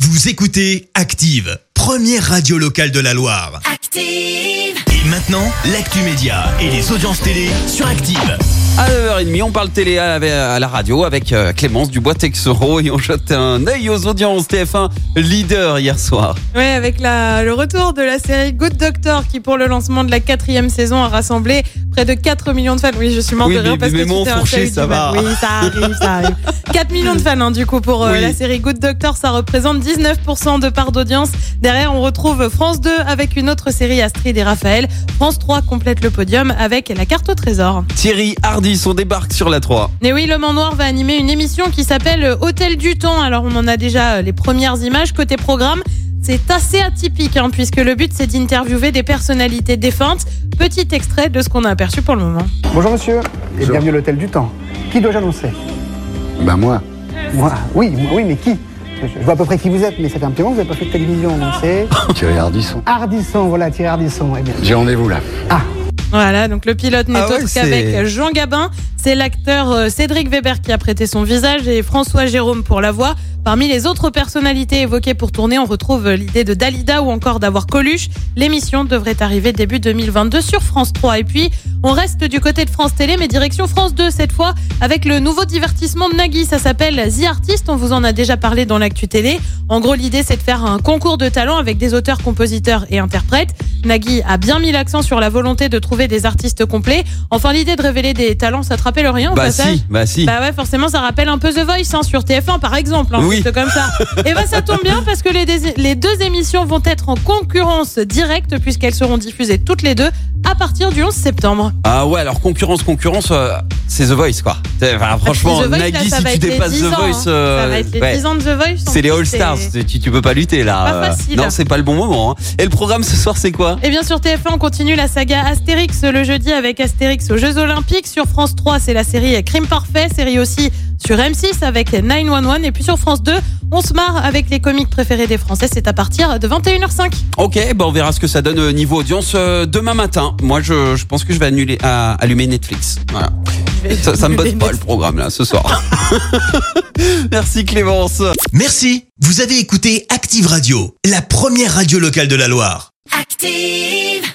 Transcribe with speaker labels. Speaker 1: Vous écoutez Active, première radio locale de la Loire.
Speaker 2: Active.
Speaker 1: Et maintenant, l'actu média et les audiences télé sur Active.
Speaker 3: À 9h30, on parle télé à la à la radio avec euh, Clémence Dubois-Texoro et on jette un œil aux audiences TF1 leader hier soir.
Speaker 4: Ouais, avec la- le retour de la série Good Doctor qui, pour le lancement de la quatrième saison, a rassemblé près de 4 millions de fans. Oui, je suis morte
Speaker 3: Oui,
Speaker 4: de rire
Speaker 3: mais-
Speaker 4: parce
Speaker 3: mais
Speaker 4: que
Speaker 3: mon
Speaker 4: tu t'es un
Speaker 3: fourcher,
Speaker 4: chahut du
Speaker 3: ça
Speaker 4: mal.
Speaker 3: va.
Speaker 4: Oui, ça arrive, ça arrive. 4 millions de fans, hein, du coup, pour euh,
Speaker 3: Oui.
Speaker 4: la série Good Doctor, ça représente 19% de part d'audience. Derrière, on retrouve France 2 avec une autre série Astrid et Raphaël. France 3 complète le podium avec la carte au trésor.
Speaker 3: Thierry Hardis, on débarque sur la 3.
Speaker 4: Mais oui, l'homme en noir va animer une émission qui s'appelle euh, Hôtel du temps. Alors on en a déjà euh, les premières images côté programme. C'est assez atypique hein, puisque le but c'est d'interviewer des personnalités défuntes. Petit extrait de ce qu'on a aperçu pour le moment.
Speaker 5: Bonjour monsieur, et
Speaker 6: Bonjour.
Speaker 5: bienvenue à l'hôtel du temps. Qui dois-je annoncer
Speaker 6: Ben moi,
Speaker 5: Moi Oui, moi, oui, mais qui je, je vois à peu près qui vous êtes, mais ça fait un petit moment que vous n'avez pas fait de télévision, donc c'est...
Speaker 6: Thierry Hardisson.
Speaker 5: Hardisson, voilà, Thierry Hardisson, eh bien.
Speaker 6: J'ai rendez-vous là.
Speaker 4: Voilà, donc le pilote n'est
Speaker 3: Ah ouais,
Speaker 4: autre
Speaker 3: c'est-
Speaker 4: qu'avec Jean Gabin. C'est l'acteur euh, Cédric Weber qui a prêté son visage et François Jérôme pour la voix. Parmi les autres personnalités évoquées pour tourner, on retrouve euh, l'idée de Dalida ou encore d'avoir Coluche. L'émission devrait arriver début 2022 sur France 3. Et puis, on reste du côté de France Télé, mais direction France 2 cette fois, avec le nouveau divertissement de Nagui. Ça s'appelle The Artist. On vous en a déjà parlé dans l'actu télé. En gros, l'idée, c'est de faire un concours de talent avec des auteurs, compositeurs et interprètes. Nagui a bien mis l'accent sur la volonté de trouver des artistes complets. Enfin, l'idée de révéler des talents, ça te rappelle rien au
Speaker 3: Bah
Speaker 4: passage
Speaker 3: si, bah si.
Speaker 4: bah ouais, forcément, ça rappelle un peu The Voice hein, sur TF1, par exemple, hein,
Speaker 3: Oui.
Speaker 4: juste comme ça. Et bah ça tombe bien parce que les, dés- les deux émissions vont être en concurrence directe puisqu'elles seront diffusées toutes les deux à partir du 11 septembre.
Speaker 3: Ah ouais, alors concurrence, concurrence, euh, c'est The Voice quoi. C'est- enfin, franchement,
Speaker 4: The Voice, là,
Speaker 3: Nagui,
Speaker 4: ça
Speaker 3: si
Speaker 4: va
Speaker 3: tu
Speaker 4: être les
Speaker 3: dépasses
Speaker 4: 10
Speaker 3: The
Speaker 4: ans, hein.
Speaker 3: Voice, euh,
Speaker 4: ça va être les
Speaker 3: ouais,
Speaker 4: 10 ans de The Voice. en
Speaker 3: c'est les
Speaker 4: plus,
Speaker 3: All Stars, tu, tu peux pas lutter là.
Speaker 4: pas
Speaker 3: euh,
Speaker 4: facile.
Speaker 3: non, c'est pas le bon moment. hein. Et le programme ce soir, c'est quoi
Speaker 4: Et bien sur TF1, on continue la saga Astérix le jeudi avec Astérix aux Jeux Olympiques. Sur France 3, c'est la série Crime Parfait, série aussi sur M6 avec 911. Et puis sur France 2, on se marre avec les comiques préférés des Français. C'est à partir de 21h05.
Speaker 3: Ok, bah on verra ce que ça donne euh, niveau audience euh, demain matin. Moi, je, je pense que je vais annuler, à- allumer Netflix. Voilà. Ça, ça me botte pas le programme là ce soir. Merci Clémence.
Speaker 1: Merci. Vous avez écouté Active Radio, la première radio locale de la Loire.
Speaker 2: Active.